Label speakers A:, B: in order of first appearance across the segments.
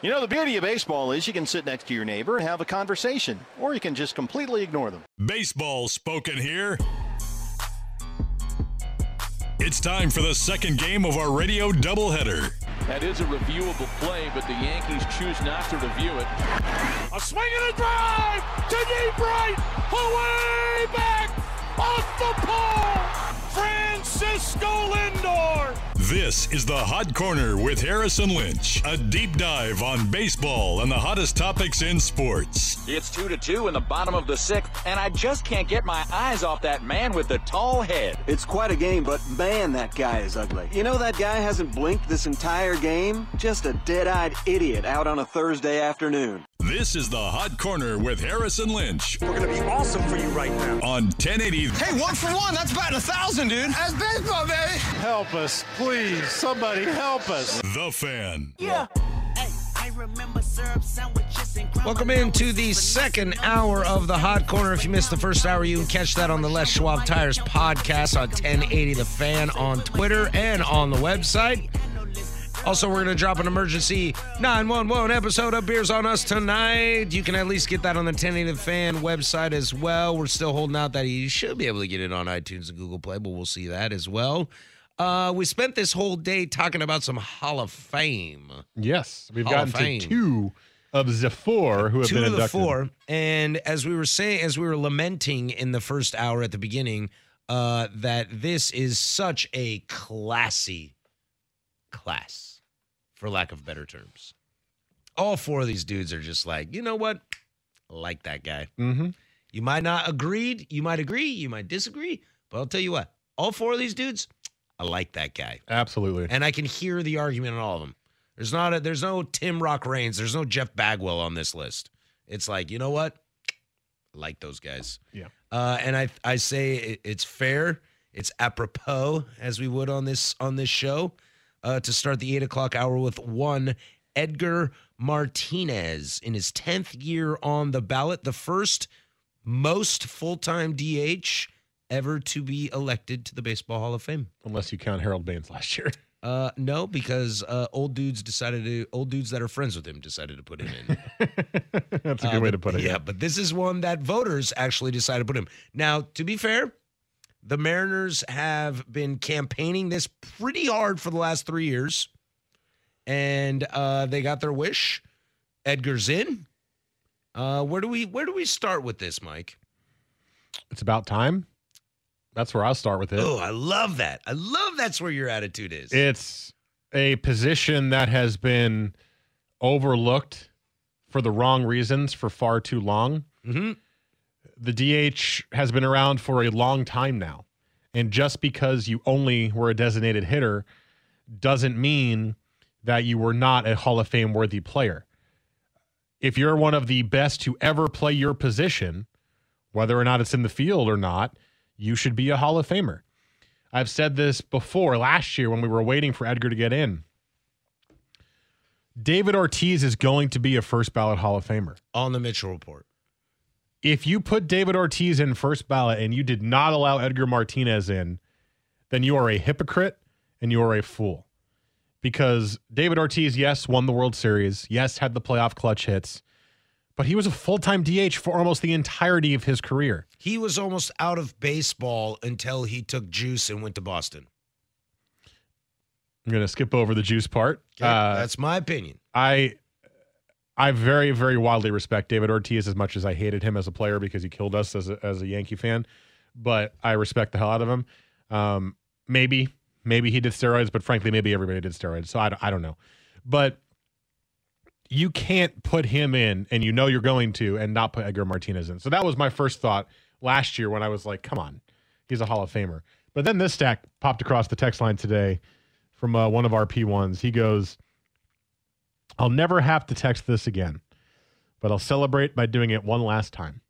A: You know, the beauty of baseball is you can sit next to your neighbor and have a conversation, or you can just completely ignore them.
B: Baseball spoken here. It's time for the second game of our radio doubleheader.
C: That is a reviewable play, but the Yankees choose not to review it.
D: A swing and a drive to deep right, away back, off the pole, Francisco Lindor.
B: This is the Hot Corner with Harrison Lynch, a deep dive on baseball and the hottest topics in sports.
E: It's two to two in the bottom of the sixth, and I just can't get my eyes off that man with the tall head.
F: It's quite a game, but man, that guy is ugly. You know that guy hasn't blinked this entire game? Just a dead-eyed idiot out on a Thursday afternoon.
B: This is the Hot Corner with Harrison Lynch.
G: We're gonna be awesome for you right now.
B: On 1080.
H: Hey, one for one. That's batting a thousand, dude. That's baseball, baby.
I: Help us, please. Somebody help us.
B: The fan.
J: Yeah. Hey, I remember syrup sandwiches and crumb-
K: Welcome into the second hour of the Hot Corner. If you missed the first hour, you can catch that on the Les Schwab Tires podcast on 1080 The Fan on Twitter and on the website. Also, we're going to drop an emergency 911 episode of Beers on Us tonight. You can at least get that on the 1080 The Fan website as well. We're still holding out that you should be able to get it on iTunes and Google Play, but we'll see that as well. Uh, we spent this whole day talking about some Hall of Fame.
L: Yes, we've Hall gotten to two of the four who have
K: two
L: been
K: of
L: inducted.
K: the four, and as we were saying, as we were lamenting in the first hour at the beginning, uh, that this is such a classy class for lack of better terms. All four of these dudes are just like, you know what? I like that guy.
L: Mm-hmm.
K: You might not agree. You might agree. You might disagree. But I'll tell you what, all four of these dudes, I like that guy.
L: Absolutely.
K: And I can hear the argument in all of them. There's not a, there's no Tim Rock Reigns. There's no Jeff Bagwell on this list. It's like, you know what? I like those guys.
L: Yeah.
K: Uh, and I, I say it, it's fair. It's apropos as we would on this, on this show. Uh, to start the eight o'clock hour with one Edgar Martinez in his 10th year on the ballot, the first most full time DH ever to be elected to the Baseball Hall of Fame.
L: Unless you count Harold Baines last year.
K: Uh, no, because uh, old dudes decided to, old dudes that are friends with him decided to put him in. Uh,
L: That's a good way to put it.
K: Yeah, but this is one that voters actually decided to put him. Now, to be fair, the Mariners have been campaigning this pretty hard for the last three years, and uh, they got their wish. Edgar's in. Uh, where do we where do we start with this, Mike?
L: It's about time. That's where I'll start with it.
K: Oh, I love that. I love that's where your attitude is.
L: It's a position that has been overlooked for the wrong reasons for far too long.
K: Mm-hmm
L: the DH has been around for a long time now. And just because you only were a designated hitter doesn't mean that you were not a Hall of Fame worthy player. If you're one of the best to ever play your position, whether or not it's in the field or not, you should be a Hall of Famer. I've said this before last year when we were waiting for Edgar to get in. David Ortiz is going to be a first ballot Hall of Famer.
K: On the Mitchell report
L: if you put David Ortiz in first ballot and you did not allow Edgar Martinez in, then you are a hypocrite and you are a fool. Because David Ortiz, yes, won the World Series, yes, had the playoff clutch hits, but he was a full time DH for almost the entirety of his career.
K: He was almost out of baseball until he took juice and went to Boston.
L: I'm going to skip over the juice part.
K: Okay, uh, that's my opinion.
L: I I very, very wildly respect David Ortiz as much as I hated him as a player because he killed us as a, as a Yankee fan. But I respect the hell out of him. Um, maybe, maybe he did steroids, but frankly, maybe everybody did steroids. So I, don't, I don't know. But you can't put him in, and you know you're going to, and not put Edgar Martinez in. So that was my first thought last year when I was like, come on, he's a Hall of Famer. But then this stack popped across the text line today from uh, one of our P1s. He goes, I'll never have to text this again, but I'll celebrate by doing it one last time.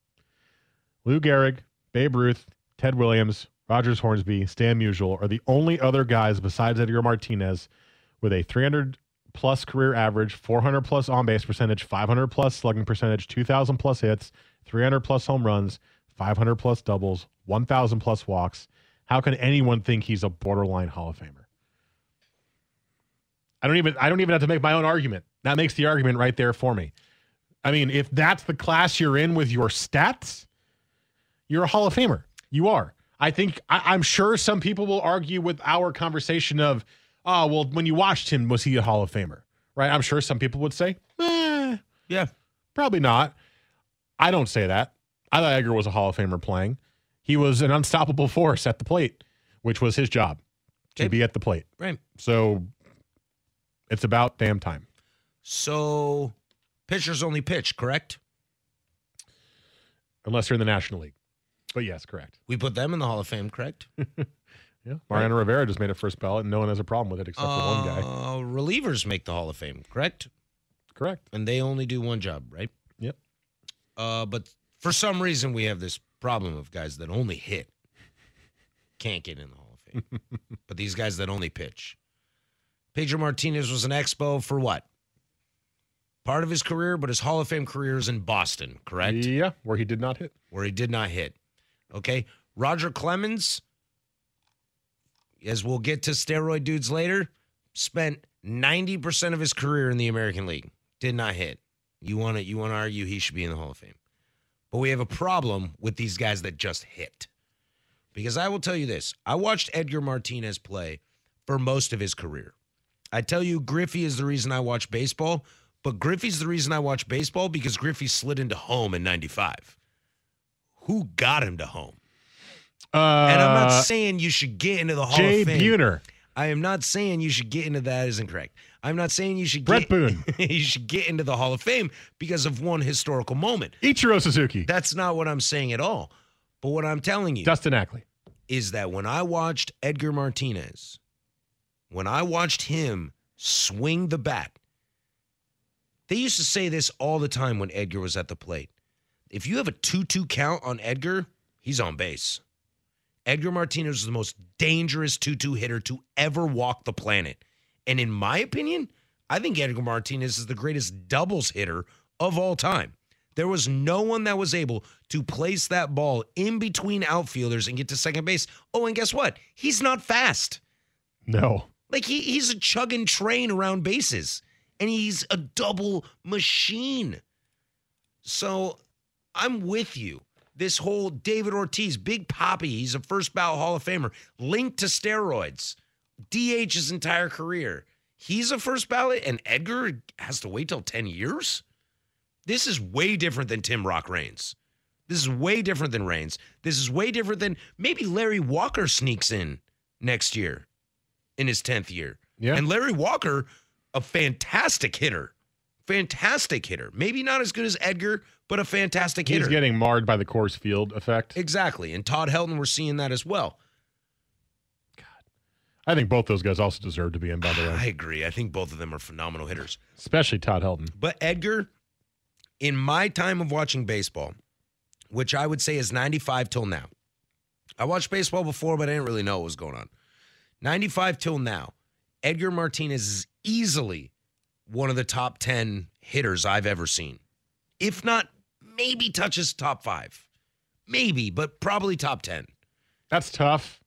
L: Lou Gehrig, Babe Ruth, Ted Williams, Rogers Hornsby, Stan Musial are the only other guys besides Edgar Martinez with a 300 plus career average, 400 plus on base percentage, 500 plus slugging percentage, 2,000 plus hits, 300 plus home runs, 500 plus doubles, 1,000 plus walks. How can anyone think he's a borderline Hall of Famer? I don't even I don't even have to make my own argument. That makes the argument right there for me. I mean, if that's the class you're in with your stats, you're a Hall of Famer. You are. I think I, am sure some people will argue with our conversation of, oh, well, when you watched him, was he a Hall of Famer? Right? I'm sure some people would say, eh,
K: yeah,
L: probably not. I don't say that. I thought Edgar was a Hall of Famer playing. He was an unstoppable force at the plate, which was his job to
K: Okay.
L: be at the plate.
K: Right.
L: So it's about damn time.
K: So, pitchers only pitch, correct?
L: Unless you're in the National League. But yes, correct.
K: We put them in the Hall of Fame, correct?
L: Yeah. Mariano Rivera just made a first ballot and no one has a problem with it except for one guy.
K: Uh, relievers make the Hall of Fame, correct?
L: Correct.
K: And they only do one job, right?
L: Yep.
K: Uh, but for some reason, we have this problem of guys that only hit can't get in the Hall of Fame. but these guys that only pitch. Pedro Martinez was an expo for what? Part of his career, but his Hall of Fame career is in Boston, correct?
L: Yeah, where he did not hit.
K: Where he did not hit. Okay. Roger Clemens, as we'll get to steroid dudes later, spent 90% of his career in the American League. Did not hit. You want to you want to argue he should be in the Hall of Fame. But we have a problem with these guys that just hit. Because I will tell you this, I watched Edgar Martinez play for most of his career. I tell you Griffey is the reason I watch baseball, but Griffey's the reason I watch baseball because Griffey slid into home in 95. Who got him to home?
L: Uh,
K: And I'm not saying you should get into the Hall
L: Jay
K: of Fame.
L: Buhner.
K: I am not saying you should get into that is incorrect. I'm not saying you should
L: Brett
K: get
L: Boone.
K: you should get into the Hall of Fame because of one historical moment.
L: Ichiro Suzuki.
K: That's not what I'm saying at all. But what I'm telling you
L: Dustin Ackley.
K: is that when I watched Edgar Martinez, when I watched him swing the bat, they used to say this all the time when Edgar was at the plate. If you have a 2 2 count on Edgar, he's on base. Edgar Martinez was the most dangerous 2 2 hitter to ever walk the planet. And in my opinion, I think Edgar Martinez is the greatest doubles hitter of all time. There was no one that was able to place that ball in between outfielders and get to second base. Oh, and guess what? He's not fast.
L: No.
K: Like he, he's a chugging train around bases, and he's a double machine. So I'm with you. This whole David Ortiz, Big Poppy, he's a first ballot Hall of Famer, linked to steroids, DH his entire career. He's a first ballot, and Edgar has to wait till 10 years? This is way different than Tim Rock Reigns. This is way different than Reigns. This is way different than maybe Larry Walker sneaks in next year in his 10th year.
L: Yeah.
K: And Larry Walker, a fantastic hitter. Fantastic hitter. Maybe not as good as Edgar, but a fantastic hitter.
L: He's getting marred by the course field effect.
K: exactly. And Todd Helton, we're seeing that as well.
L: I think both those guys also deserve to be in, by the
K: I
L: way.
K: agree. I think both of them are phenomenal hitters.
L: Especially Todd Helton.
K: But Edgar, in my time of watching baseball, which I would say is 95 till now, I watched baseball before, but I didn't really know what was going on. 95 till now, Edgar Martinez is easily one of the top 10 hitters I've ever seen. If not, maybe touches top five. Maybe, but probably top 10.
L: That's tough.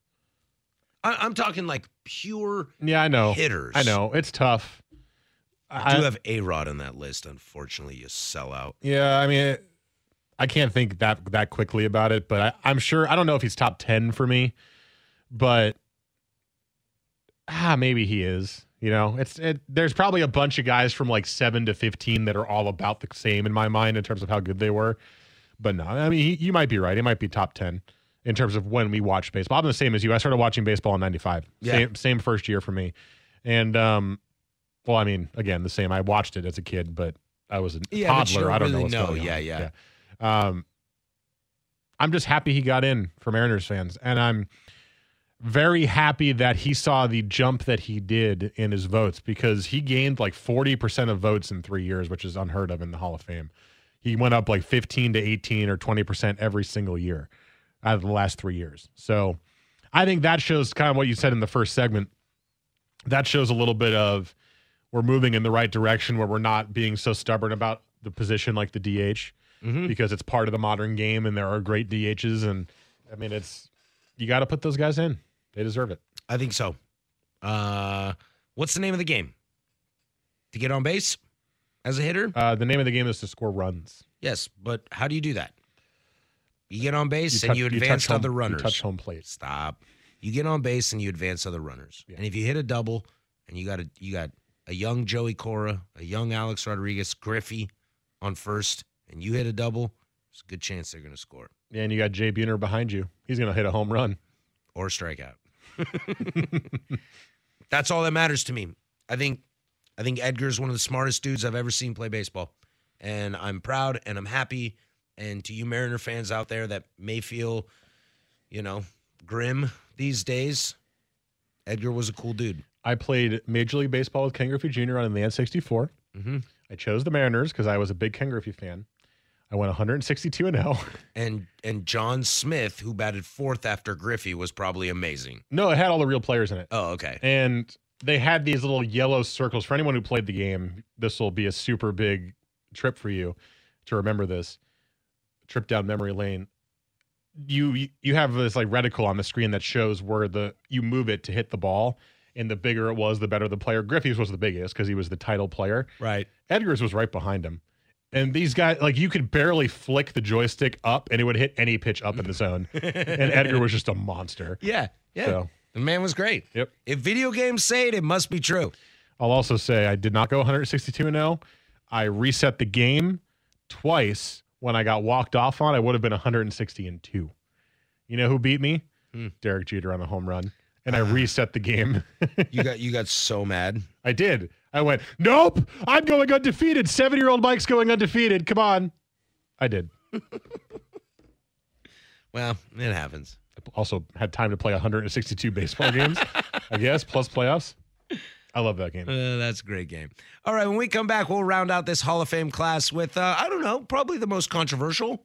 K: I- I'm talking like pure.
L: Yeah, I know.
K: Hitters.
L: I know. It's tough.
K: I, do have A Rod on that list. Unfortunately, you sell out.
L: Yeah, I mean, it, I can't think that that quickly about it, but I, I'm sure I don't know if he's top ten for me, but ah, maybe he is. You know, it's it, there's probably a bunch of guys from like seven to fifteen that are all about the same in my mind in terms of how good they were. But no, I mean, he, you might be right. It might be top ten in terms of when we watched baseball. I'm the same as you. I started watching baseball in '95.
K: Yeah.
L: Same, same first year for me, and um, well, I mean, again, the same. I watched it as a kid, but I was a
K: Yeah, but you
L: toddler.
K: don't
L: I don't know
K: really
L: what's
K: know.
L: going on.
K: Yeah, yeah.
L: yeah. Um, I'm just happy he got in for Mariners fans, and I'm very happy that he saw the jump that he did in his votes because he gained like 40% of votes in three years, which is unheard of in the Hall of Fame. He went up like 15 to 18 or 20% every single year out of the last three years. So I think that shows kind of what you said in the first segment. That shows a little bit of we're moving in the right direction where we're not being so stubborn about the position like the DH
M: Mhm.
L: because it's part of the modern game and there are great DHs. And I mean, it's you got to put those guys in. They deserve it.
M: I think so. Uh, what's the name of the game? To get on base as a hitter?
L: Uh, the name of the game is to score runs.
M: Yes, but how do you do that? You get on base
L: You
M: and
L: tou-
M: you
L: you touch
M: advance
L: home-
M: other
L: you
M: runners.
L: touch home plate.
M: Stop. You get on base and you advance other runners. And if you hit a double and you got a you got a young Joey Cora, a young Alex Rodriguez, Griffey on first, and you hit a double, there's a good chance they're going to score
L: And you got Jay Buhner behind you. He's going to hit a home run.
M: or strikeout. That's all that matters to me. I think I think Edgar's one of the smartest dudes I've ever seen play baseball. And I'm proud and I'm happy. And to you Mariner fans out there that may feel, you know, grim these days, Edgar was a cool dude.
L: I played Major League Baseball with Ken Griffey Jr. on the N64.
M: Mm-hmm.
L: I chose the Mariners because I was a big Ken Griffey fan. I went 162 and oh. 0.
M: And and John Smith, who batted fourth after Griffey, was probably amazing.
L: No, it had all the real players in it.
M: Oh, okay.
L: And they had these little yellow circles. For anyone who played the game, this will be a super big trip for you to remember this trip down memory lane. You you have this like reticle on the screen that shows where the you move it to hit the ball, and the bigger it was, the better the player. Griffey's was the biggest because he was the title player.
M: Right.
L: Edgar's was right behind him. And these guys, like you could barely flick the joystick up, and it would hit any pitch up in the zone. and Edgar was just a monster.
M: Yeah. Yeah.
L: So-
M: The man was great.
L: Yep.
M: If video games say it, it must be true.
L: I'll also say I did not go 162 and 0. I reset the game twice. When I got walked off on, I would have been 160 and 2. You know who beat me?
M: Hmm.
L: Derek Jeter on a home run. And I reset the game.
M: Ah. You got you got so mad.
L: I did. I went, nope, I'm going undefeated. Seven year old Mike's going undefeated. Come on. I did.
M: Well, it happens.
L: Also had time to play 162 baseball games, I guess, plus playoffs. I love that game.
M: Uh, that's a great game. All right, when we come back, we'll round out this Hall of Fame class with, uh, I don't know, probably the most controversial,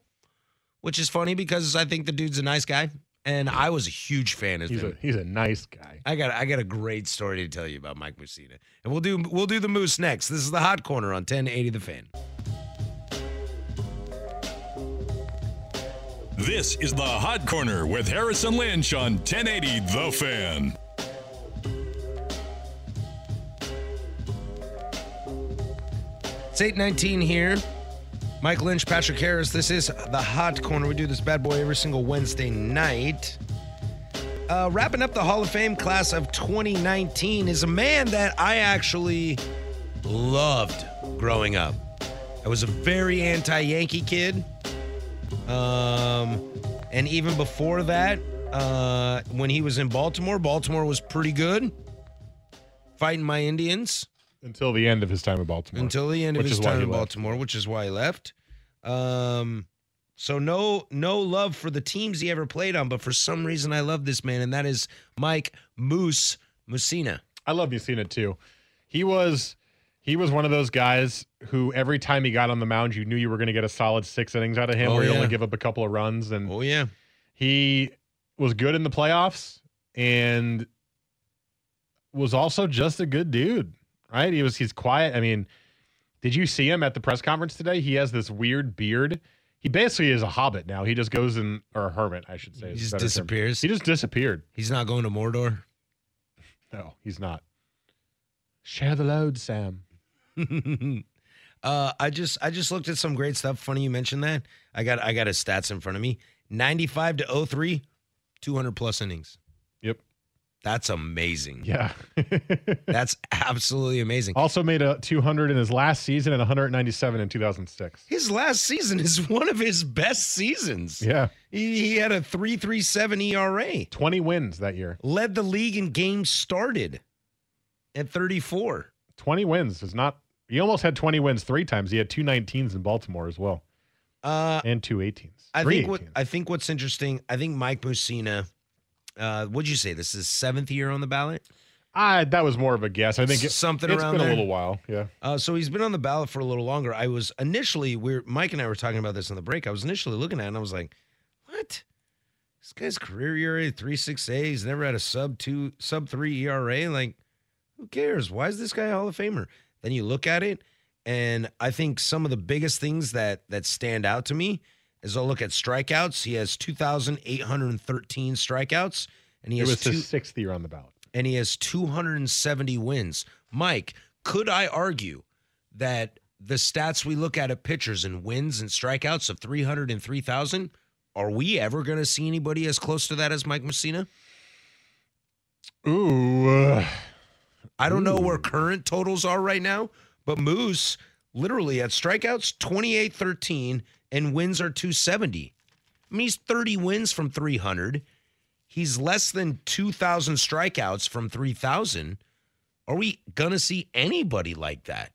M: which is funny because I think the dude's a nice guy. And I was a huge fan of
L: He's a,
M: him.
L: he's a nice guy.
M: I got I got a great story to tell you about Mike Mussina. And we'll do we'll do the moose next. This is the hot corner on 1080 the fan.
B: This is the Hot Corner with Harrison Lynch on 1080 The Fan.
M: It's 819 here. Mike Lynch, Patrick Harris. This is the Hot Corner. We do this bad boy every single Wednesday night. Uh, wrapping up the Hall of Fame class of 2019 is a man that I actually loved growing up. I was a very anti Yankee kid. Um, and even before that, uh, when he was in Baltimore, Baltimore was pretty good fighting my Indians
L: Until the end of his time in Baltimore.
M: until the end of
L: Which is
M: his
L: why
M: time
L: he
M: in
L: left.
M: Baltimore, which is why he left. Um, so no no love for the teams he ever played on, but for some reason I love this man, and that is Mike Moose Musina.
L: I love Mussina too. He was he was one of those guys who every time he got on the mound, you knew you were going to get a solid six innings out of him,
M: Oh,
L: where you
M: yeah.
L: only give up a couple of runs. And
M: oh yeah,
L: he was good in the playoffs and was also just a good dude. Right? He was he's quiet. I mean, did you see him at the press conference today? He has this weird beard. He basically is a hobbit now. He just goes in or a hermit, I should say.
M: He
L: is a
M: just
L: better term.
M: disappears.
L: He just disappeared.
M: He's not going to Mordor.
L: No, he's not. Share the load, Sam.
M: uh, I just I just looked at some great stuff. Funny you mentioned that. I got I got his stats in front of me. 95 to 03, 200 plus innings.
L: Yep.
M: That's amazing.
L: Yeah.
M: That's absolutely amazing.
L: Also made a 200 in his last season and 197 in 2006.
M: His last season is one of his best seasons.
L: Yeah.
M: He, he had a 337 ERA.
L: 20 wins that year.
M: Led the league in games started at 34.
L: 20 wins is not. He almost had 20 wins three times. He had two 19s in Baltimore as well,
M: Uh,
L: and two 18s.
M: I
L: Three
M: think what
L: 18s.
M: I think what's interesting, I think Mike Mussina
K: Uh, what'd you say? This is seventh year on the ballot.
L: I that was more of a guess. I think it,
K: something
L: it's
K: around
L: been
K: there?
L: a little while. Yeah.
K: Uh, so he's been on the ballot for a little longer. I was initially we are Mike and I were talking about this on the break. I was initially looking at it and I was like, what? This guy's career ERA three six eight. He's never had a sub two sub three ERA. Like, who cares? Why is this guy a Hall of Famer? Then you look at it, and I think some of the biggest things that that stand out to me is I'll look at strikeouts. He has two thousand eight hundred and thirteen strikeouts, and he
L: it
K: has
L: was
K: two
L: his sixth year on the ballot.
K: and he has 270 wins. Mike, could I argue that the stats we look at at pitchers and wins and strikeouts of 303,000, are we ever going to see anybody as close to that as Mike Messina?
L: Ooh. uh,
K: I don't know where current totals are right now, but Moose literally at strikeouts 28-13 and wins are 270. I mean, he's 30 wins from 300. He's less than 2,000 strikeouts from 3,000. Are we gonna see anybody like that?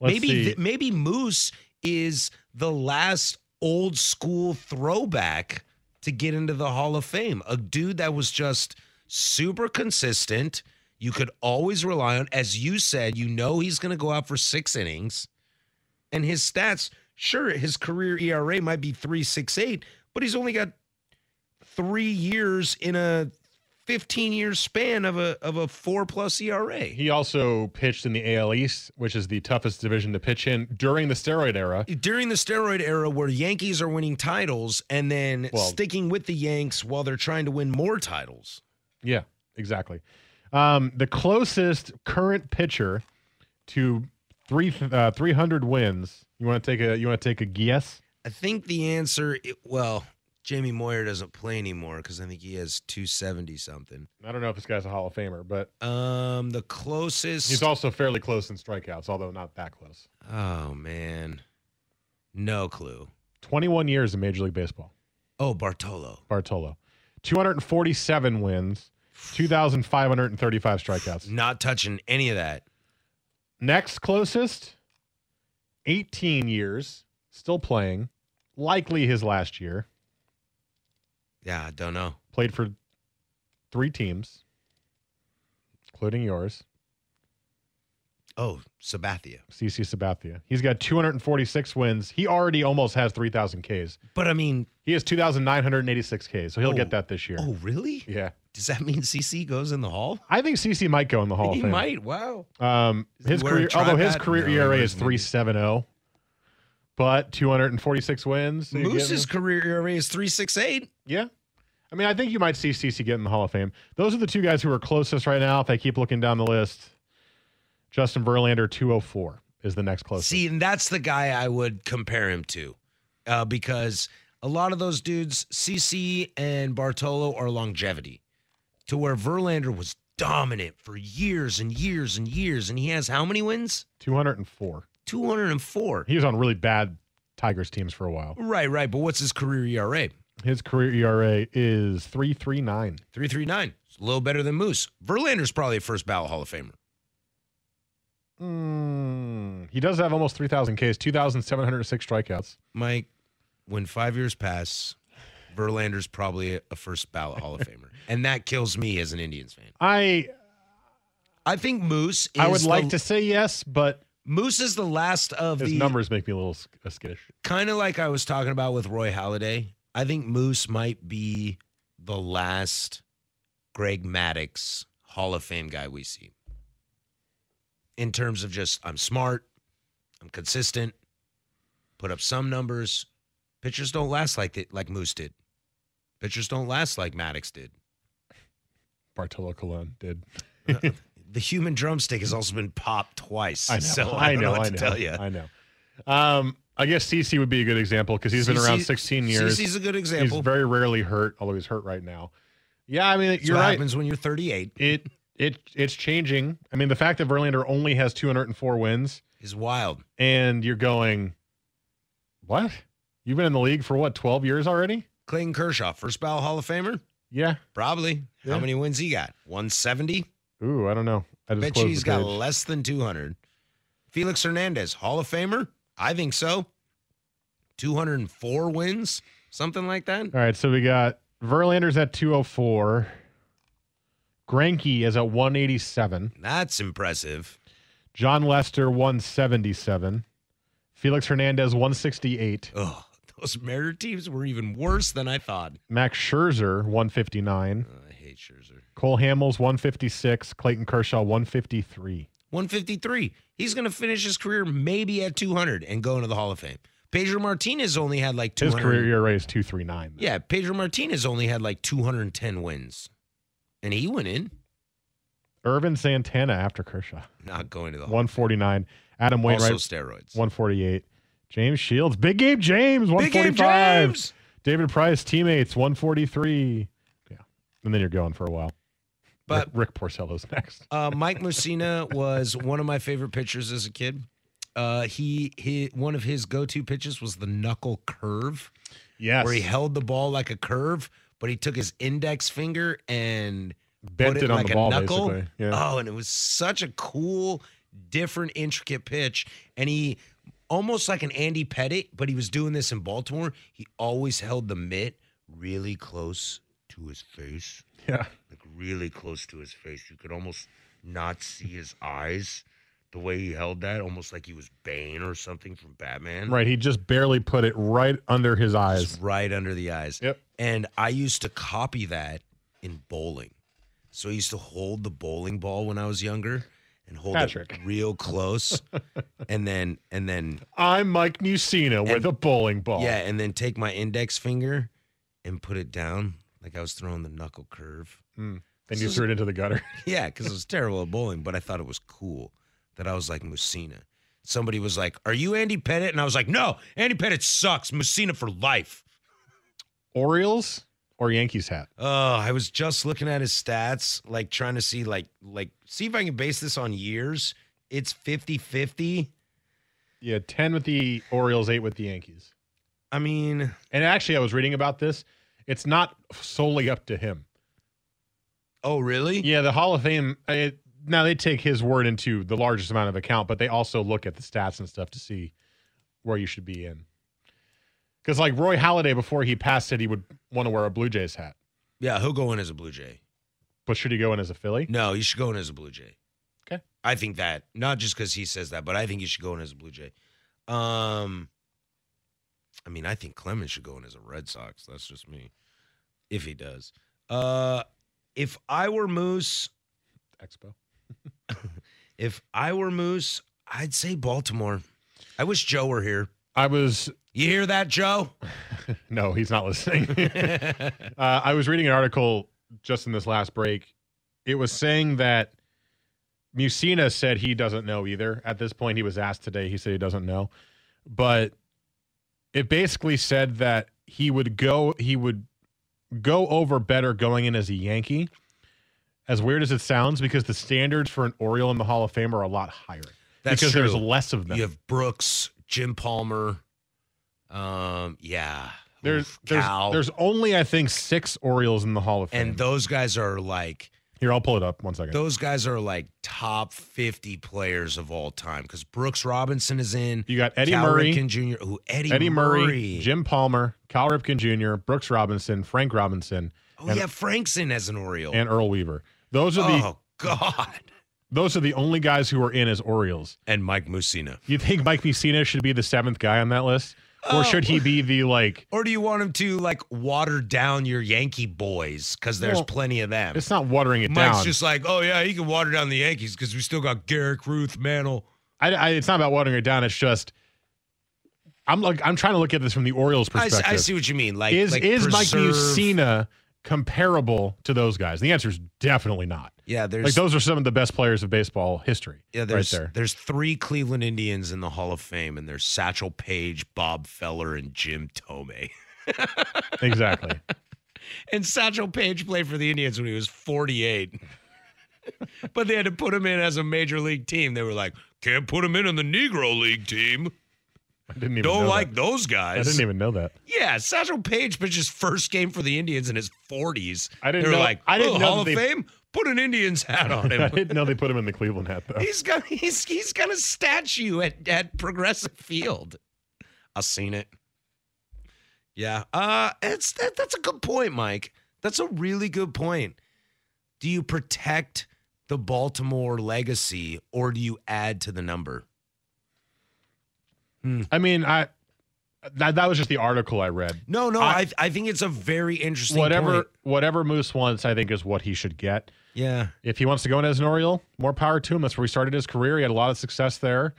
L: Let's
K: maybe
L: see.
K: th- maybe Moose is the last old school throwback to get into the Hall of Fame. A dude that was just super consistent. You could always rely on, as you said, you know he's going to go out for six innings, and his stats. Sure, his career ERA might be three six eight, but he's only got three years in a fifteen year span of a of a four plus ERA.
L: He also pitched in the AL East, which is the toughest division to pitch in during the steroid era.
K: during the steroid era where Yankees are winning titles and then
L: Well-
K: sticking with the Yanks while they're trying to win more titles.
L: Yeah, exactly. Um, the closest current pitcher to three uh, three hundred wins. You want to take a Uh, you want to take a guess?
K: I think the answer, it, well, Jamie Moyer doesn't play anymore because I think he has 270 something.
L: I don't know if this guy's a Hall of Famer, but
K: Um, the closest.
L: he's also fairly close in strikeouts, although not that close.
K: oh man, no clue.
L: Twenty one years in Major League Baseball.
K: Oh, Bartolo.
L: Bartolo, two hundred forty seven wins, two thousand five hundred thirty five strikeouts.
K: Not touching any of that.
L: Next closest, 18 years, still playing, likely his last year.
K: Yeah, I don't know.
L: Played for three teams, including yours,
K: Oh, Sabathia.
L: CC Sabathia. He's got 246 wins. He already almost has 3,000 Ks.
K: But I mean,
L: He has 2,986 Ks, so he'll
K: Oh.
L: get that this year.
K: oh really?
L: Yeah.
K: Does that mean CC goes in the hall?
L: I think CC might go in the Hall
K: he
L: of Fame.
K: might. Wow.
L: Um,
K: Is he
L: his
K: wearing
L: career,
K: a
L: although his
K: tripod?
L: career
K: No,
L: ERA
K: he
L: is
K: doesn't need it.
L: 3.70, but 246 wins. so you get him.
K: Moose's career ERA is three six eight.
L: Yeah. I mean, I think you might see CC get in the Hall of Fame. Those are the two guys who are closest right now. If I keep looking down the list, Justin Verlander, 204, is the next closest.
K: See, and that's the guy I would compare him to, uh, because a lot of those dudes, CC and Bartolo, are longevity, to where Verlander was dominant for years and years and years, and he has how many wins?
L: 204.
K: Two hundred and four.
L: He was on really bad Tigers teams for a while.
K: Right, right. But what's his career ERA?
L: His career ERA is 339.
K: Three three nine. It's a little better than Moose. Verlander's probably a first ballot Hall of Famer.
L: Mm, he does have almost 3,000 Ks, 2,706 strikeouts.
K: Mike, when five years pass, Verlander's probably a first ballot Hall of Famer, and that kills me as an Indians fan.
L: I
K: I think Moose. Is
L: I would
K: the-
L: like to say yes, but
K: Moose is the last of
L: his
K: the
L: numbers make me a little sk- uh, skittish.
K: kind of like I was talking about with Roy Halladay. I think Moose might be the last Greg Maddox Hall of Fame guy we see. In terms of just I'm smart, I'm consistent, put up some numbers. Pitchers don't last like that, like Moose did. Pitchers don't last like Maddox did.
L: Bartolo Colon did.
K: The human drumstick has also been popped twice.
L: I know.
K: So
L: I,
K: I, don't
L: know.
K: know what
L: I
K: to
L: know.
K: tell you.
L: I know. Um, I guess CC would be a good example because he's been around 16 years.
K: CC's a good example.
L: He's very rarely hurt, although he's hurt right now. Yeah, I mean,
K: That's
L: you're
K: what
L: right.
K: happens when you're 38
L: It it it's changing. I mean, the fact that Verlander only has 204 wins,
K: is wild.
L: and you're going, what? You've been in the league for what 12 years already?
K: Clayton Kershaw, first ballot Hall of Famer?
L: Yeah.
K: Probably.
L: Yeah.
K: How many wins he got? 170?
L: Ooh, I don't know. I just
K: Bet you
L: closed
K: he's
L: the
K: got
L: page.
K: less than 200. Felix Hernandez, Hall of Famer? I think so. 204 wins, something like that.
L: All right, so we got Verlander's at 204. Granke is at 187.
M: That's impressive.
L: John Lester 177. Felix Hernandez 168.
M: Oh, those Mariner teams were even worse than I thought.
L: Max Scherzer 159.
M: Oh, I hate Scherzer.
L: Cole Hamels 156. Clayton Kershaw 153.
M: 153. He's going to finish his career maybe at 200 and go into the Hall of Fame. Pedro Martinez only had like 200.
L: His career ERA is 239. though.
M: Yeah, Pedro Martinez only had like 210 wins. And he went in,
L: Irvin Santana after Kershaw.
M: not going to the Hall.
L: 149. Adam Wainwright.
M: Also steroids.
L: 148. James Shields. Big Game James. 145.
M: James!
L: David Price, teammates, 143. Yeah. And then you're going for a while.
M: But-
L: Rick, Rick Porcello's next.
M: Uh, Mike Mussina was one of my favorite pitchers as a kid. Uh, he, he one of his go-to pitches was the knuckle curve.
L: Yes.
M: where he held the ball like a curve, but he took his index finger and
L: Bent
M: put it,
L: it on
M: like
L: the ball,
M: a knuckle.
L: basically. Yeah.
M: Oh, and it was such a cool, different, intricate pitch. And he almost like an Andy Pettit, but he was doing this in Baltimore. He always held the mitt really close to his face,
L: Yeah.
M: like really close to his face. You could almost not see his eyes. The way he held that, almost like he was Bane or something from Batman.
L: Right. He just barely put it right under his eyes.
M: It's right under the eyes.
L: Yep.
M: And I used to copy that in bowling. So I used to hold the bowling ball when I was younger and hold
L: Patrick.
M: it real close and then and then
L: I'm Mike Mussina with
M: And-
L: a bowling ball.
M: yeah, and then take my index finger and put it down like I was throwing the knuckle curve.
L: Mm. Then you threw it into the gutter.
M: Yeah, because it was terrible at bowling, but I thought it was cool that I was like Mussina. Somebody was like, Are you Andy Pettit? And I was like, No, Andy Pettit sucks. Mussina for life.
L: Orioles or Yankees hat?
M: Oh, I was just looking at his stats, like trying to see like like see if I can base this on years. It's 50-50.
L: Yeah, 10 with the Orioles, 8 with the Yankees.
M: I mean,
L: And actually, I was reading about this. It's not solely up to him.
M: oh really?
L: Yeah, the Hall of Fame. It, now they take his word into the largest amount of account, but they also look at the stats and stuff to see where you should be in. Because like Roy Halladay, before he passed, said he would want to wear a Blue Jays hat,
M: Yeah, he'll go in as a Blue Jay.
L: but should he go in as a Philly?
M: No, he should go in as a Blue Jay.
L: Okay.
M: I think that not just because he says that, but I think he should go in as a Blue Jay. Um, I mean, I think Clemens should go in as a Red Sox. That's just me. If he does, uh, if I were Moose,
L: Expo.
M: if I were Moose, I'd say Baltimore. I wish Joe were here.
L: I was
M: You hear that, Joe?
L: no, he's not listening. Uh, I was reading an article just in this last break. It was saying that Musina said he doesn't know either. At this point, he was asked today. He said he doesn't know, but it basically said that he would go. He would go over better going in as a Yankee. As weird as it sounds, because the standards for an Oriole in the Hall of Fame are a lot higher.
M: That's
L: because there's
M: true.
L: less of them.
M: You have Brooks, Jim Palmer. Um, yeah.
L: there's
M: Oof,
L: there's,
M: Cal.
L: there's only I think six Orioles in the Hall of Fame.
M: and those guys are like
L: Here, I'll pull it up one second.
M: those guys are like top 50 players of all time because Brooks Robinson is in.
L: You got Eddie
M: Cal
L: Murray,
M: Ripken Jr. Who Eddie,
L: Eddie Murray,
M: Murray.
L: Jim Palmer, Cal Ripken Jr., Brooks Robinson, Frank Robinson,
M: Oh yeah, Frank's in as an Oriole.
L: and Earl Weaver. Those are the
M: oh God.
L: those are the only guys who are in as Orioles.
M: And Mike Mussina.
L: You think Mike Messina should be the seventh guy on that list, or
M: Oh.
L: should he be the like?
M: Or do you want him to like water down your Yankee boys because there's
L: Well,
M: plenty of them?
L: It's not watering it
M: Mike's
L: down.
M: just like, oh yeah, he can water down the Yankees because we still got Garrick Ruth, Mantle.
L: I, I, it's not about watering it down. It's just I'm like I'm trying to look at this from the Orioles
M: I,
L: perspective.
M: I see what you mean. Like,
L: is
M: like
L: is Mike
M: preserve-
L: Messina comparable to those guys? The answer is definitely not.
M: Yeah, there's
L: like those are some of the best players of baseball history.
M: yeah, there's
L: right there.
M: there's three Cleveland Indians in the Hall of Fame, and there's Satchel Paige, Bob Feller, and Jim Tomei.
L: Exactly.
M: And Satchel Paige played for the Indians when he was 48. but they had to put him in as a major league team. They were like, can't put him in on the Negro League team.
L: I didn't even
M: Don't
L: know
M: like
L: that.
M: those guys.
L: I didn't even know that.
M: Yeah, Satchel Paige pitched his first game for the Indians in his 40s.
L: I didn't
M: they were
L: know-
M: like,
L: I didn't
M: "Oh,
L: know
M: Hall
L: that
M: of
L: they-
M: Fame. Put an Indians hat on
L: I
M: him.
L: didn't know they put him in the Cleveland hat though.
M: he's got he's he's got a statue at at Progressive Field. I seen it. Yeah. Uh it's that, that's a good point, Mike. That's a really good point. Do you protect the Baltimore legacy or do you add to the number? Hmm.
L: I mean, I that, that was just the article I read.
M: No, no, I, I, think it's a very interesting
L: whatever
M: point.
L: whatever Moose wants, I think is what he should get.
M: Yeah.
L: If he wants to go in as an Oriole, more power to him. That's where he started his career. He had a lot of success there.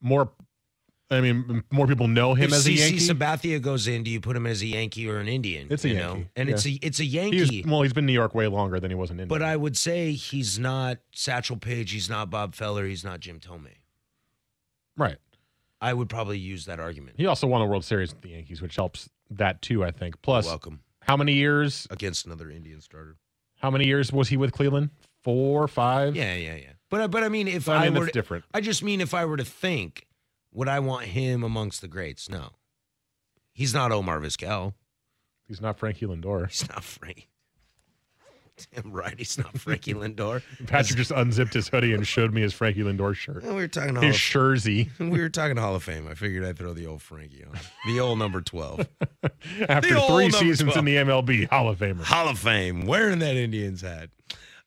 L: More, I mean, more people know him
M: if
L: as a
M: CC
L: Yankee.
M: Sabathia goes in, do you put him as a Yankee or an Indian?
L: It's a
M: you
L: Yankee,
M: Know? And it's a
L: yeah.
M: it's a
L: He
M: Yankee.
L: was- well, he's been in New York way longer than he was in India.
M: But I would say he's not Satchel Paige, he's not Bob Feller, he's not Jim Tomei.
L: right.
M: I would probably use that argument.
L: He also won a World Series with the Yankees, which helps that too. I think. Plus,
M: welcome.
L: How many years?
M: Against another Indian starter.
L: How many years was he with Cleveland? Four, five.
M: Yeah, yeah, yeah. But I- but I mean, if
L: So,
M: I,
L: I mean,
M: were
L: that's
M: to-
L: different.
M: I just mean if I were to think, would I want him amongst the greats? No, he's not Omar Vizquel.
L: He's not Frankie Lindor.
M: He's not Frank. Damn right, he's not Frankie Lindor.
L: Patrick just unzipped his hoodie and showed me his Frankie Lindor shirt.
M: Yeah, we were talking
L: his
M: all-
L: jersey.
M: we were talking Hall of Fame. I figured I'd throw the old Frankie on the old number twelve.
L: After
M: The old
L: three
M: number
L: seasons
M: 12.
L: in the MLB, Hall of Famer.
M: Hall of Fame, wearing that Indians hat.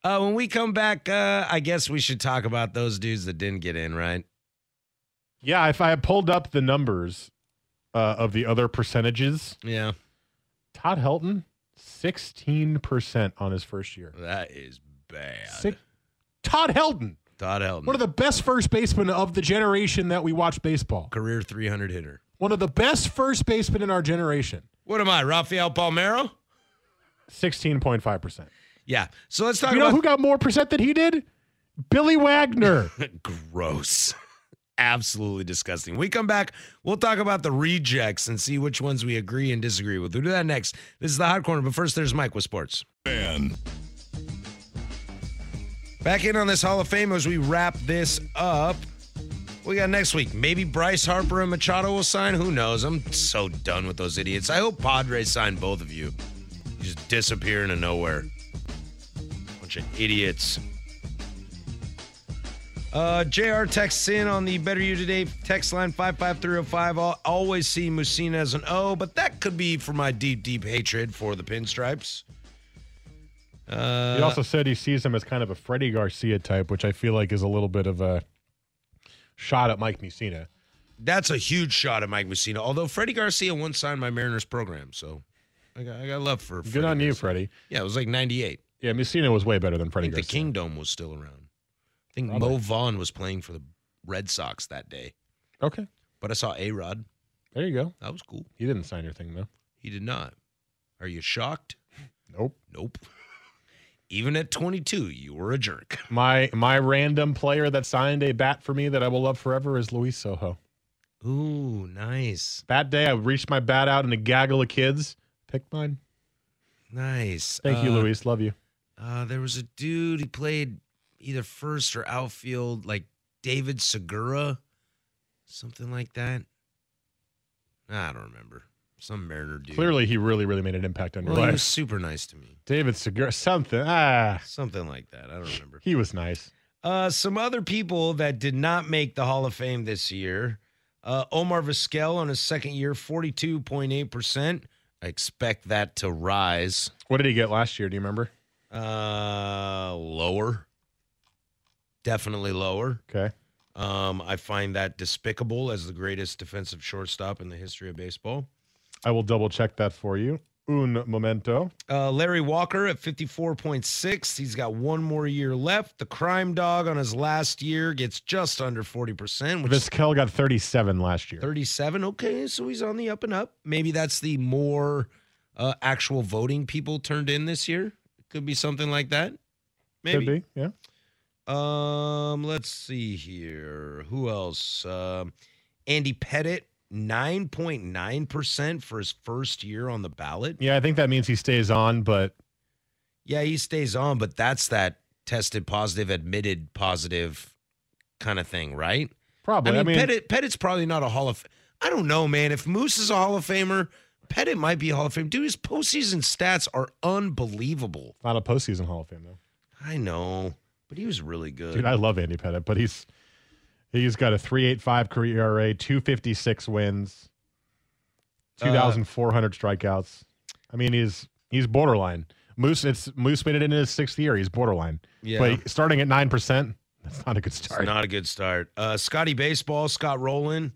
M: Uh, when we come back, uh, I guess we should talk about those dudes that didn't get in, right?
L: Yeah, if I had pulled up the numbers uh, of the other percentages,
M: Yeah,
L: Todd Helton, sixteen percent on his first year.
M: that is bad.
L: Six, Todd Helton,
M: Todd Helton,
L: one of the best first basemen of the generation that we watch baseball.
M: career three hundred hitter.
L: One of the best first basemen in our generation.
M: What am I, Rafael Palmero?
L: Sixteen point five percent.
M: Yeah. So let's talk
L: You know
M: about
L: who got more percent than he did? Billy Wagner.
M: gross. Absolutely disgusting. When we come back, we'll talk about the rejects and see which ones we agree and disagree with. We'll do that next. This is the Hot Corner, but first there's Mike with sports.
B: Fan.
M: Back in on this Hall of Fame as we wrap this up. What We got next week. Maybe Bryce Harper and Machado will sign. Who knows? I'm so done with those idiots. I hope Padres sign both of you. You just disappear into nowhere. Bunch of idiots. Uh, JR texts in on the Better You Today text line 55305. I'll oh always see Musina as an O, but that could be for my deep, deep hatred for the pinstripes. Uh,
L: he also said he sees him as kind of a Freddie Garcia type, which I feel like is a little bit of a shot at Mike Messina.
M: That's a huge shot at Mike Messina. Although Freddie Garcia once signed my Mariners program, so I got, I got love for.
L: Good on you, Freddie.
M: Yeah, it was like '98.
L: Yeah, Messina was way better than
M: I
L: Freddie
M: think the
L: Garcia.
M: Kingdom was still around. I think Mo
L: Probably.
M: Vaughn was playing for the Red Sox that day,
L: Okay,
M: but I saw A Rod.
L: there you go.
M: That was cool.
L: He didn't sign your thing though.
M: He did not. Are you shocked?
L: Nope.
M: Nope. Even at 22, you were a jerk.
L: My my random player that signed a bat for me that I will love forever is Luis Soho.
M: Ooh, nice,
L: That day I reached my bat out in a gaggle of kids. Picked mine.
M: nice.
L: Thank you,
M: Uh,
L: Luis. Love you.
M: Uh, there was a dude he played either first or outfield, like David Segura, something like that. I don't remember. Some Mariner dude.
L: Clearly, he really really made an impact on your
M: well, he
L: life.
M: was super nice to me.
L: David Segura, something. Ah,
M: Something like that. I don't remember.
L: he was nice.
M: Uh, some other people that did not make the Hall of Fame this year. Uh, Omar Vizquel on his second year, 42.8%. I expect that to rise.
L: What did he get last year? Do you remember?
M: Uh, lower. Definitely lower.
L: Okay.
M: Um, I find that despicable as the greatest defensive shortstop in the history of baseball.
L: I will double check that for you. Un momento.
M: Uh, Larry Walker at 54.6. He's got one more year left. The crime dog on his last year gets just under 40%, which is
L: Vizquel got 37 last year.
M: 37. Okay, Eh, so he's on the up and up. Maybe that's the more uh, actual voting people turned in this year. Could be something like that. Maybe.
L: Could be, yeah.
M: Um, let's see here. Who else? Um, Andy Pettit, nine point nine percent for his first year on the ballot.
L: Yeah, I think that means he stays on, but
M: Yeah, he stays on, but that's that tested positive, admitted positive kind of thing, right?
L: Probably. I
M: I mean,
L: mean-
M: Pettit, Pettit's probably not a Hall of. I don't know, man. If Moose is a Hall of Famer, Pettit might be a Hall of Fame. Dude, his postseason stats are unbelievable.
L: not a postseason Hall of Fame though.
M: I know, but he was really good.
L: Dude, I love Andy Pettit, but he's he's got a 3.85 career ERA, 256 wins. Two thousand four hundred strikeouts. I mean, he's he's borderline. Moose, it's Moose made it into his sixth year. He's borderline.
M: Yeah.
L: But starting at nine percent, that's not a good start.
M: It's not a good start. Uh, Scotty Baseball, Scott Rowland,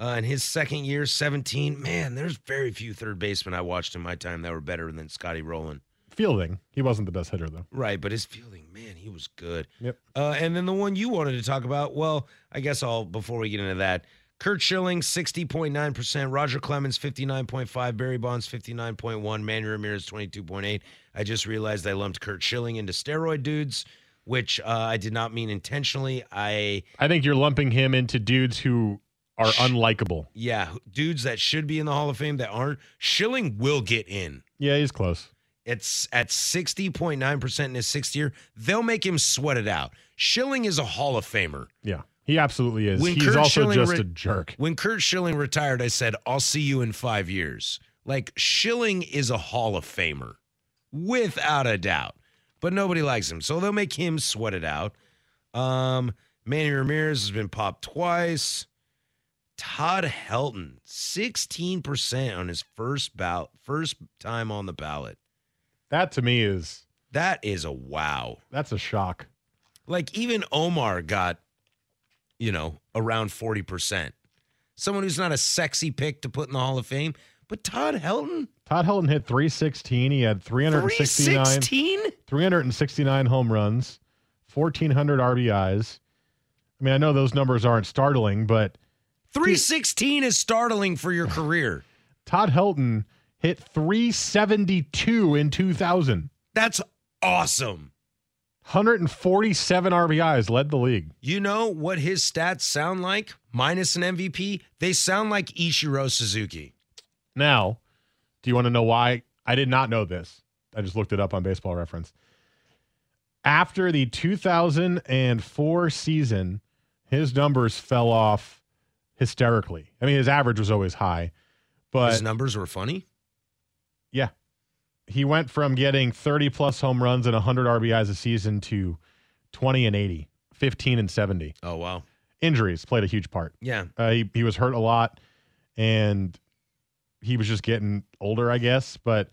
M: uh, in his second year, 17. Man, there's very few third basemen I watched in my time that were better than Scotty Rowland.
L: Fielding, he wasn't the best hitter though.
M: Right, but his fielding, man, he was good.
L: Yep.
M: Uh, and then the one you wanted to talk about, well, I guess I'll, before we get into that, Kurt Schilling, 60.9%, Roger Clemens, 59.5, Barry Bonds, 59.1, Manny Ramirez, 22.8. I just realized I lumped Kurt Schilling into steroid dudes, which uh, I did not mean intentionally. I,
L: I think you're lumping him into dudes who are unlikable.
M: yeah, dudes that should be in the Hall of Fame that aren't. Schilling will get in.
L: Yeah, he's close.
M: It's at 60.9% in his sixth year. They'll make him sweat it out. Schilling is a Hall of Famer.
L: Yeah, he absolutely is.
M: When
L: he's
M: Kurt
L: also
M: Schilling
L: just
M: re-
L: a jerk.
M: When Kurt Schilling retired, I said, I'll see you in five years. Like, Schilling is a Hall of Famer, without a doubt. But nobody likes him. So they'll make him sweat it out. Um, Manny Ramirez has been popped twice. Todd Helton, 16% on his first bout, first time on the ballot.
L: That to me is
M: That is a wow.
L: that's a shock.
M: Like even Omar got, you know, around 40%. Someone who's not a sexy pick to put in the Hall of Fame, but Todd Helton,
L: Todd Helton hit 316. He had 369,
M: 316?
L: 369 home runs, 1,400 RBIs. I mean, I know those numbers aren't startling, but
M: 316 is startling for your career.
L: Todd Helton hit 372 in 2000.
M: That's awesome.
L: 147 RBIs led the league.
M: You know what his stats sound like? Minus an MVP, they sound like Ichiro Suzuki.
L: Now, do you want to know why? I did not know this. I just looked it up on baseball reference. After the 2004 season, his numbers fell off hysterically. I mean, his average was always high, but
M: His numbers were funny.
L: yeah, he went from getting 30 plus home runs and 100 RBIs a season to 20 and 80, 15 and 70.
M: Oh wow.
L: Injuries played a huge part.
M: Yeah.
L: Uh, he, he was hurt a lot and he was just getting older, I guess. But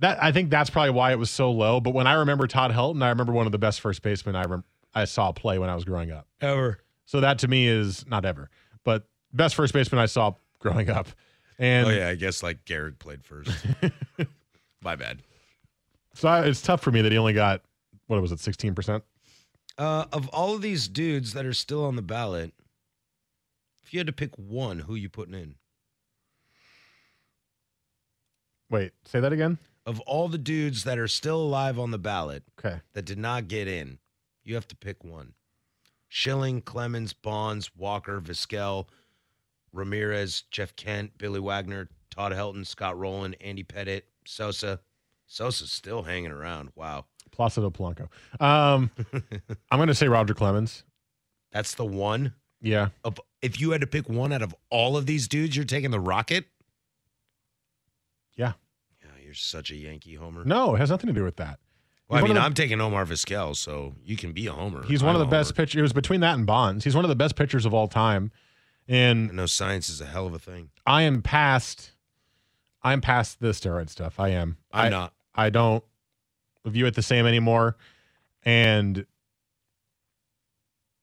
L: that I think that's probably why it was so low. But when I remember Todd Helton, I remember one of the best first basemen I rem- I saw play when I was growing up.
M: Ever.
L: So that to me is not ever, but best first baseman I saw growing up. And
M: oh yeah, I guess like Garrett played first. My bad.
L: so I, it's tough for me that he only got what was it, sixteen percent?
M: Uh, of all of these dudes that are still on the ballot, if you had to pick one, who you putting in?
L: Wait, say that again.
M: Of all the dudes that are still alive on the ballot
L: Okay,
M: that did not get in, you have to pick one. Schilling, Clemens, Bonds, Walker, Vizquel, Ramirez, Jeff Kent, Billy Wagner, Todd Helton, Scott Rowland, Andy Pettit, Sosa. Sosa's still hanging around. Wow.
L: Placido Polanco. Um, I'm going to say Roger Clemens.
M: That's the one.
L: Yeah,
M: Of if you had to pick one out of all of these dudes, you're taking the Rocket?
L: yeah.
M: Yeah, you're such a Yankee homer.
L: No, it has nothing to do with that.
M: Well,
L: He's one
M: I
L: of
M: mean,
L: the-
M: I'm taking Omar Vizquel, so you can be a homer.
L: He's one
M: I'm
L: of the
M: a
L: best
M: homer.
L: pitchers. It was between that and Bonds. He's one of the best pitchers of all time.
M: I
L: And
M: know science is a hell of a thing.
L: I am past I'm past the steroid stuff. I am.
M: I'm
L: I-
M: not.
L: I don't view it the same anymore. And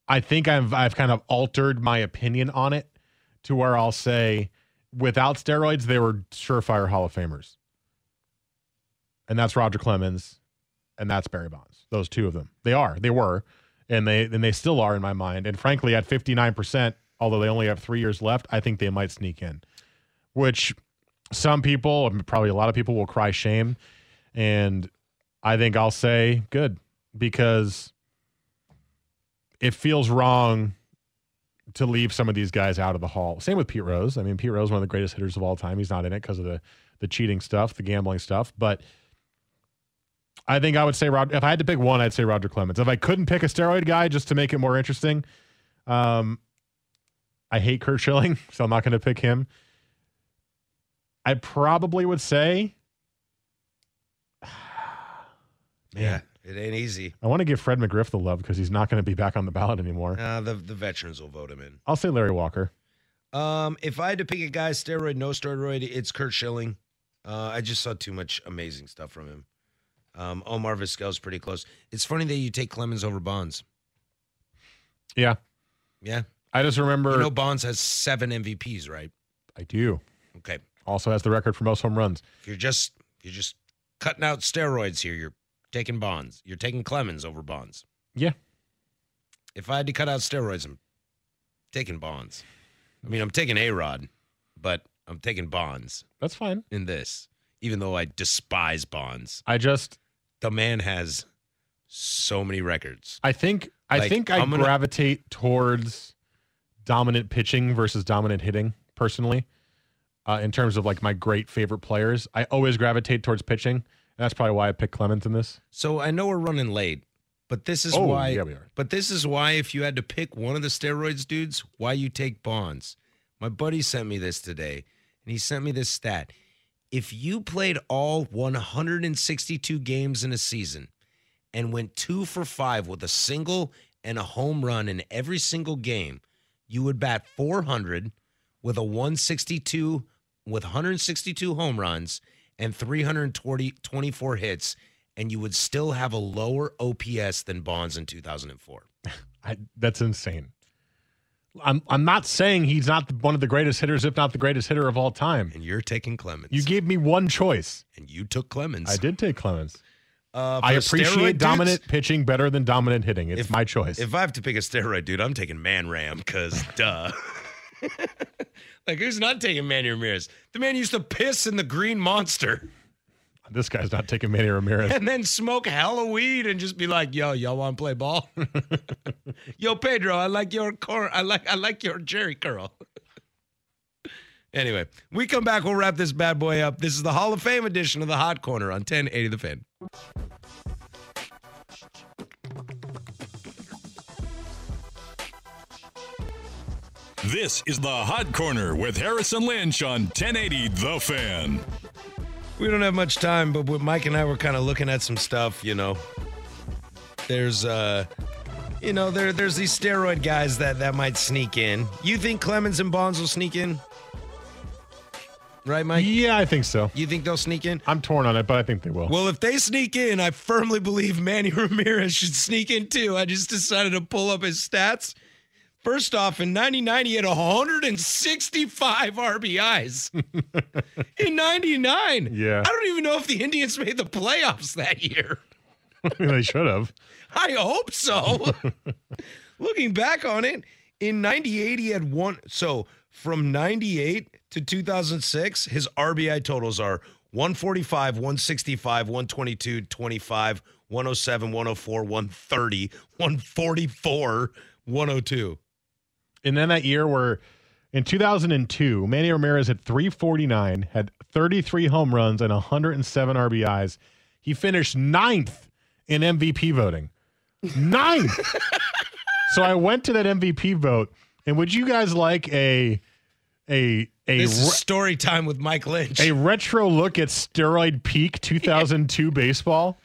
L: I think I've I've kind of altered my opinion on it to where I'll say without steroids, they were surefire Hall of Famers. And that's Roger Clemens and that's Barry Bonds. Those two of them. They are. They were. And they and they still are in my mind. And frankly, at 59%, although they only have three years left, I think they might sneak in. Which some people, and probably a lot of people, will cry shame. And I think I'll say good because it feels wrong to leave some of these guys out of the hall. Same with Pete Rose. I mean, Pete Rose, one of the greatest hitters of all time. He's not in it because of the the cheating stuff, the gambling stuff. But I think I would say Roger. If I had to pick one, I'd say Roger Clemens. If I couldn't pick a steroid guy just to make it more interesting, um, I hate Kurt Schilling, so I'm not going to pick him. I probably would say,
M: Yeah, it ain't easy.
L: I want to give Fred McGriff the love because he's not going to be back on the ballot anymore.
M: Uh, the the veterans will vote him in.
L: I'll say Larry Walker.
M: Um, if I had to pick a guy, steroid, no steroid, it's Kurt Schilling. Uh, I just saw too much amazing stuff from him. Um, Omar Vizquel's pretty close. It's funny that you take Clemens over Bonds.
L: Yeah.
M: Yeah.
L: I just remember.
M: You know Bonds has seven MVPs, right?
L: I do.
M: Okay.
L: Also has the record for most home runs.
M: If you're just you're just cutting out steroids here. You're taking Bonds. You're taking Clemens over Bonds.
L: Yeah.
M: If I had to cut out steroids, I'm taking Bonds. I mean, I'm taking A Rod, but I'm taking Bonds.
L: That's fine.
M: In this, even though I despise Bonds,
L: I just
M: the man has so many records.
L: I think I
M: Like,
L: think I
M: I'm gonna-
L: gravitate towards dominant pitching versus dominant hitting personally. Uh, in terms of like my great favorite players, I always gravitate towards pitching. And that's probably why I picked Clemens in this.
M: So I know we're running late, but this is
L: Oh,
M: why.
L: yeah, we are.
M: But this is why, if you had to pick one of the steroids dudes, why you take Bonds. My buddy sent me this today, and he sent me this stat. If you played all 162 games in a season and went two for five with a single and a home run in every single game, you would bat 400 with a 162 with 162 home runs and 324 hits and you would still have a lower OPS than Bonds in 2004.
L: I, that's insane. I'm I'm not saying he's not one of the greatest hitters, if not the greatest hitter of all time.
M: And you're taking Clemens.
L: You gave me one choice.
M: And you took Clemens.
L: I did take Clemens.
M: Uh, for
L: I
M: the
L: appreciate
M: steroid
L: dominant
M: dudes,
L: pitching better than dominant hitting. It's my choice.
M: If I have to pick a steroid dude, I'm taking Man Ram because duh. like who's not taking Manny Ramirez? The man used to piss in the Green Monster
L: this guy's not taking Manny Ramirez.
M: and then smoke hella weed and just be like, "Yo, y'all want to play ball? Yo, Pedro, I like your cor- I like I like your Jerry curl." anyway, we come back. We'll wrap this bad boy up. This is the Hall of Fame edition of the Hot Corner on 1080 The Fan.
B: This is the Hot Corner with Harrison Lynch on 1080 The Fan.
M: We don't have much time, but what Mike and I were kind of looking at some stuff, you know. There's uh you know, there there's these steroid guys that that might sneak in. You think Clemens and Bonds will sneak in? Right, Mike?
L: yeah, I think so.
M: You think they'll sneak in?
L: I'm torn on it, but I think they will.
M: Well, if they sneak in, I firmly believe Manny Ramirez should sneak in too. I just decided to pull up his stats. First off, in 99, he had 165 RBIs. in 99.
L: Yeah.
M: I don't even know if the Indians made the playoffs that year.
L: they should have.
M: I hope so. Looking back on it, in 98, he had one. So from 98 to 2006, his RBI totals are 145, 165, 122, 25, 107, 104, 130, 144, 102.
L: And then that year where in 2002, Manny Ramirez had 349, had 33 home runs and 107 RBIs. He finished ninth in MVP voting. Ninth. so I went to that MVP vote, and would you guys like a a a
M: This is
L: re-
M: story time with Mike Lynch.
L: a retro look at steroid peak 2002 baseball?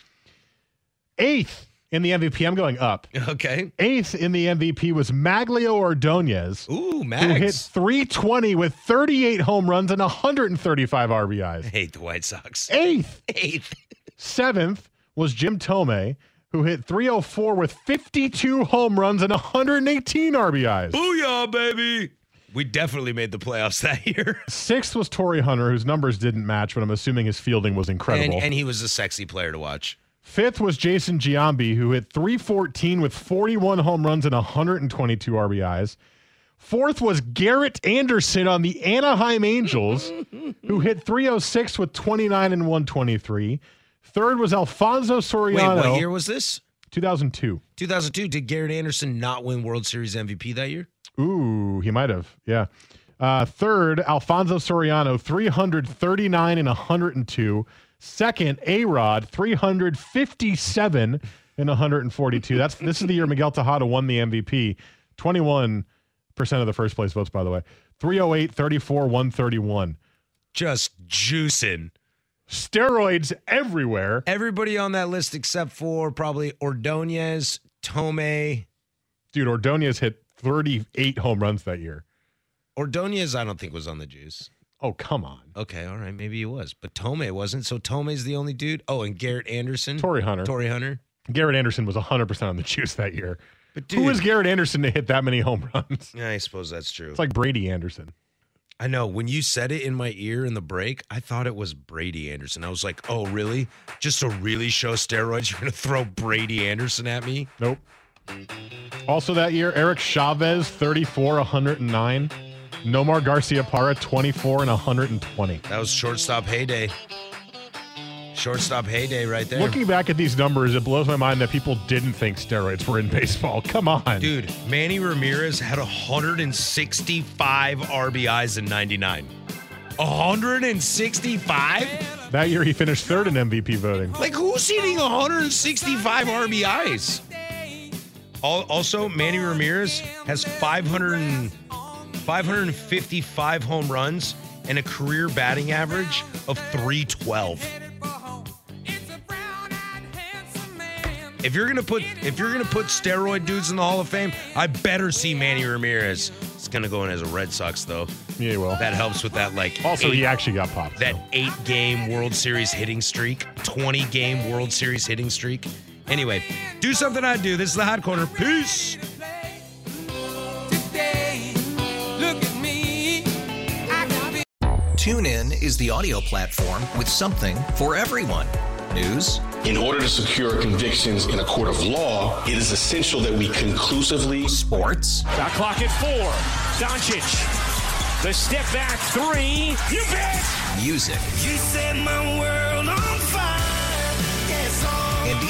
L: Eighth in the MVP. I'm going up.
M: Okay.
L: Eighth in the MVP was Maglio Ordonez,
M: Ooh,
L: who hit
M: Max.
L: 320 with 38 home runs and 135 RBIs.
M: hate the White Sox.
L: Eighth.
M: Eighth.
L: Seventh was Jim Tomei, who hit 304 with 52 home runs and 118 RBIs.
M: Booyah, baby. We definitely made the playoffs that year.
L: Sixth was Torrey Hunter, whose numbers didn't match, but I'm assuming his fielding was incredible.
M: And, and he was a sexy player to watch.
L: Fifth was Jason Giambi, who hit 314 with 41 home runs and 122 RBIs. Fourth was Garrett Anderson on the Anaheim Angels, who hit 306 with 29 and 123. Third was Alfonso
M: Wait,
L: Soriano.
M: what year was this?
L: 2002.
M: 2002. Did Garrett Anderson not win World Series MVP that year?
L: Ooh, he might have. Yeah. Uh, third, Alfonso Soriano, 339 and 102. Second, A Rod, 357 and 142. That's this is the year Miguel Tejada won the MVP. 21% of the first place votes, by the way. 308, 34, 131.
M: Just juicing.
L: Steroids everywhere.
M: Everybody on that list except for probably Ordonez, Tomei.
L: Dude, Ordonez hit 38 home runs that year.
M: Ordonez, I don't think was on the juice.
L: Oh come on.
M: Okay, all right, maybe he was, but Tome wasn't. So Tome's the only dude. Oh, and Garrett Anderson,
L: Tory Hunter.
M: Tory Hunter.
L: Garrett Anderson was 100 percent on the juice that year. But dude, who was Garrett Anderson to hit that many home runs?
M: Yeah, I suppose that's true.
L: It's like Brady Anderson.
M: I know. When you said it in my ear in the break, I thought it was Brady Anderson. I was like, oh, really? Just to really show steroids, you're going to throw Brady Anderson at me?
L: Nope. Also that year, Eric Chavez, 34, 109. Nomar Garcia Parra, 24 and 120.
M: That was shortstop heyday. Shortstop heyday right there.
L: Looking back at these numbers, it blows my mind that people didn't think steroids were in baseball. Come on.
M: Dude, Manny Ramirez had 165 RBIs in 99. 165?
L: That year he finished third in MVP voting.
M: Like, who's hitting 165 RBIs? Also, Manny Ramirez has 500 555 home runs and a career batting average of 312. If you're gonna put if you're gonna put steroid dudes in the Hall of Fame, I better see Manny Ramirez. It's gonna go in as a Red Sox though.
L: Yeah, he will.
M: That helps with that like.
L: Also, eight, he actually got popped.
M: That so. eight game World Series hitting streak, twenty game World Series hitting streak. Anyway, do something I do. This is the Hot Corner. Peace.
N: TuneIn is the audio platform with something for everyone. News.
O: In order to secure convictions in a court of law, it is essential that we conclusively.
N: Sports.
P: The clock at four. Doncic. The step back three. You bet.
N: Music.
Q: You set my world on fire. Yes, oh.
N: And